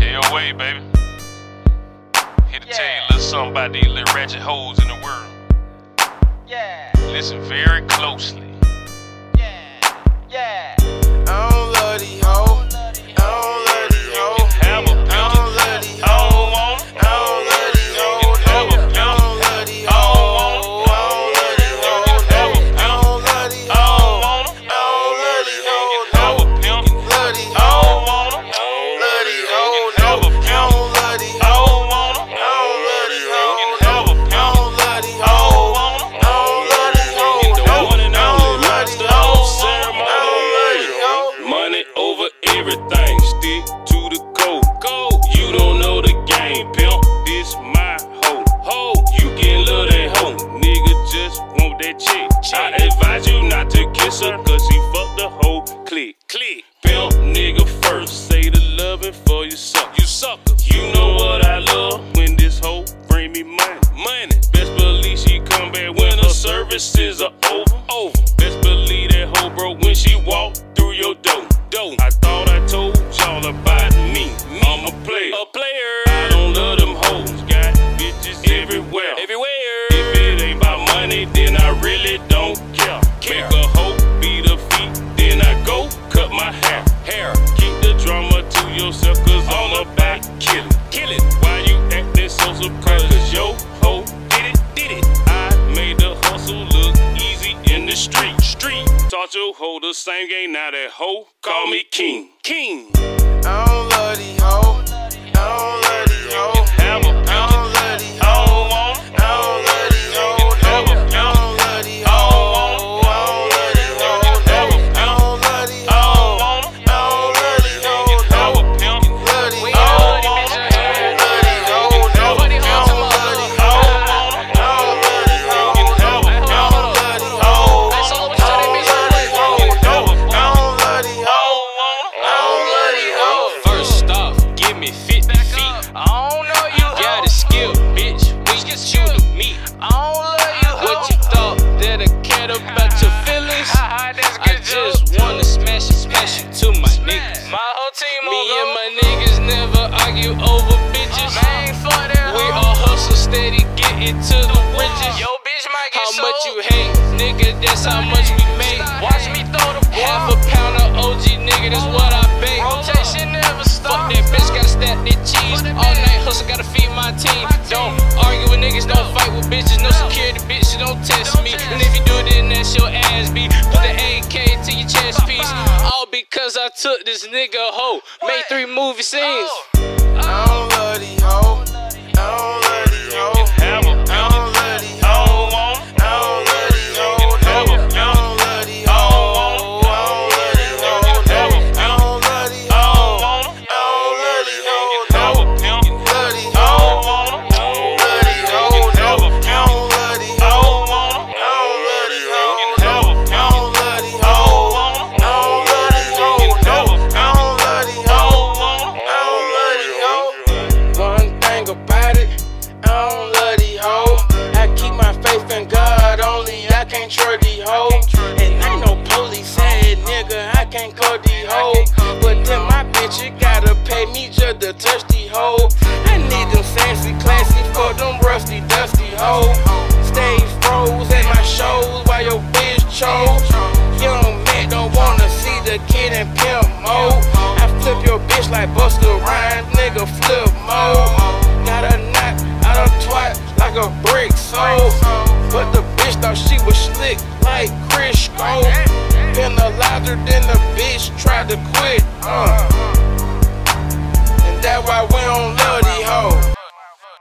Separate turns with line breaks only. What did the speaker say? your way, baby. Here to tell you a little something about these little ratchet holes in the world.
Yeah,
Listen very closely.
yeah, yeah.
I don't love these hoes.
Love these
I don't love these
You
hoes.
can have a
I
pimp.
don't love these
I
hoes.
don't want
I don't love these hoes.
You can have a
I don't
pimp.
love these hoes. I don't love these hoes. I don't love these
I don't
hoes.
want 'em.
I don't love
You
these
can
hoes.
have a pimp.
Love these
I
hoes.
don't want 'em.
Love these
You
hoes.
can have a
I
pimp.
don't love these
I
hoes.
don't want 'em.
I don't love these
You
hoes.
can have a
I
pimp.
don't love these
I don't
hoes.
want 'em.
I don't love these hoes.
You the one and
I don't
only
love these
monster
hoes. I
on
don't love
ceremony.
these hoes.
Money over everything, stick to the goal. Go. You don't know the game, pimp. This my hoe. Ho. You can love that hoe. Nigga just want that chick. I advise you not to kiss her, cause he fucked the hoe. Click. Click. Pimp nigga first. Say the loving for yourself. You sucker. You know what I love when this hoe bring me money. Money. Best believe she come back when her services are over. Over. Best believe that hoe bro when she walk through your door. Door. I thought I told y'all about me. I'm a player. A player. I don't love them hoes. Got bitches everywhere. Everywhere. If it ain't about money, then I really don't care. care. Make a hoe beat her feet, then I go cut my hair. Hair. Keep the drama to yourself, cause I'm about killing. Kill it. Why you acting so surprised? Cause yo hoe did it, did it. I made the hustle look easy in the street. Street. Taught your hoe the same game, now that hoe call me king. King.
I don't love these hoes. I don't love these hoes.
Have a
I
pound.
don't love these
I
hoes.
don't want 'em.
I don't love these hoes. I don't love these hoes. I don't love these hoes. I don't love these hoes.
I don't want 'em.
I don't love these hoes. I
Have
don't
a pimp.
love these
We
hoes.
all these bitches here. Nobody holds them up. That's all we show these bitches.
First off, give me 50 feet.
I don't know you.
Got a skill, bitch. We just you to meet.
I don't love you.
What you thought that I cared about your feelings?
I just
I just wanna smash it, smash it to my niggas.
My whole team
Me and my niggas never argue over bitches. We all hustle steady, getting to the riches.
Yo, bitch might get
How much you hate, nigga? That's how much we make.
Watch me throw the
Half a pound of OG, nigga. That's what I bake.
Rotation never
Fuck
stops.
that bitch, gotta stack that cheese. All night hustle, gotta feed my team. Don't argue with niggas, don't fight with bitches. No security, bitch, you don't test me. And if you do, then that's your ass beat. Put the AK to your chest piece. All because I took this nigga hoe. Made three movie scenes.
Oh.
Have a pimp. I don't want 'em.
One thing about it, I don't love these hoes. I keep my faith in God only, I can't trust these hoes. And ain't no police said, nigga, I can't call these hoes. But then my bitch, you gotta pay me just to touch these hoes. I need them sassy, classy, for them rusty, dusty hoes. Stay froze at my shows while your bitch chose. Young man don't wanna see the kid in pimp mode. I flip your bitch like Buster Rhymes, nigga, flip mode. Got a knot out of twat like a brick soul. But the bitch thought she was slick like Crisco. Penalized her, then the bitch tried to quit. Uh.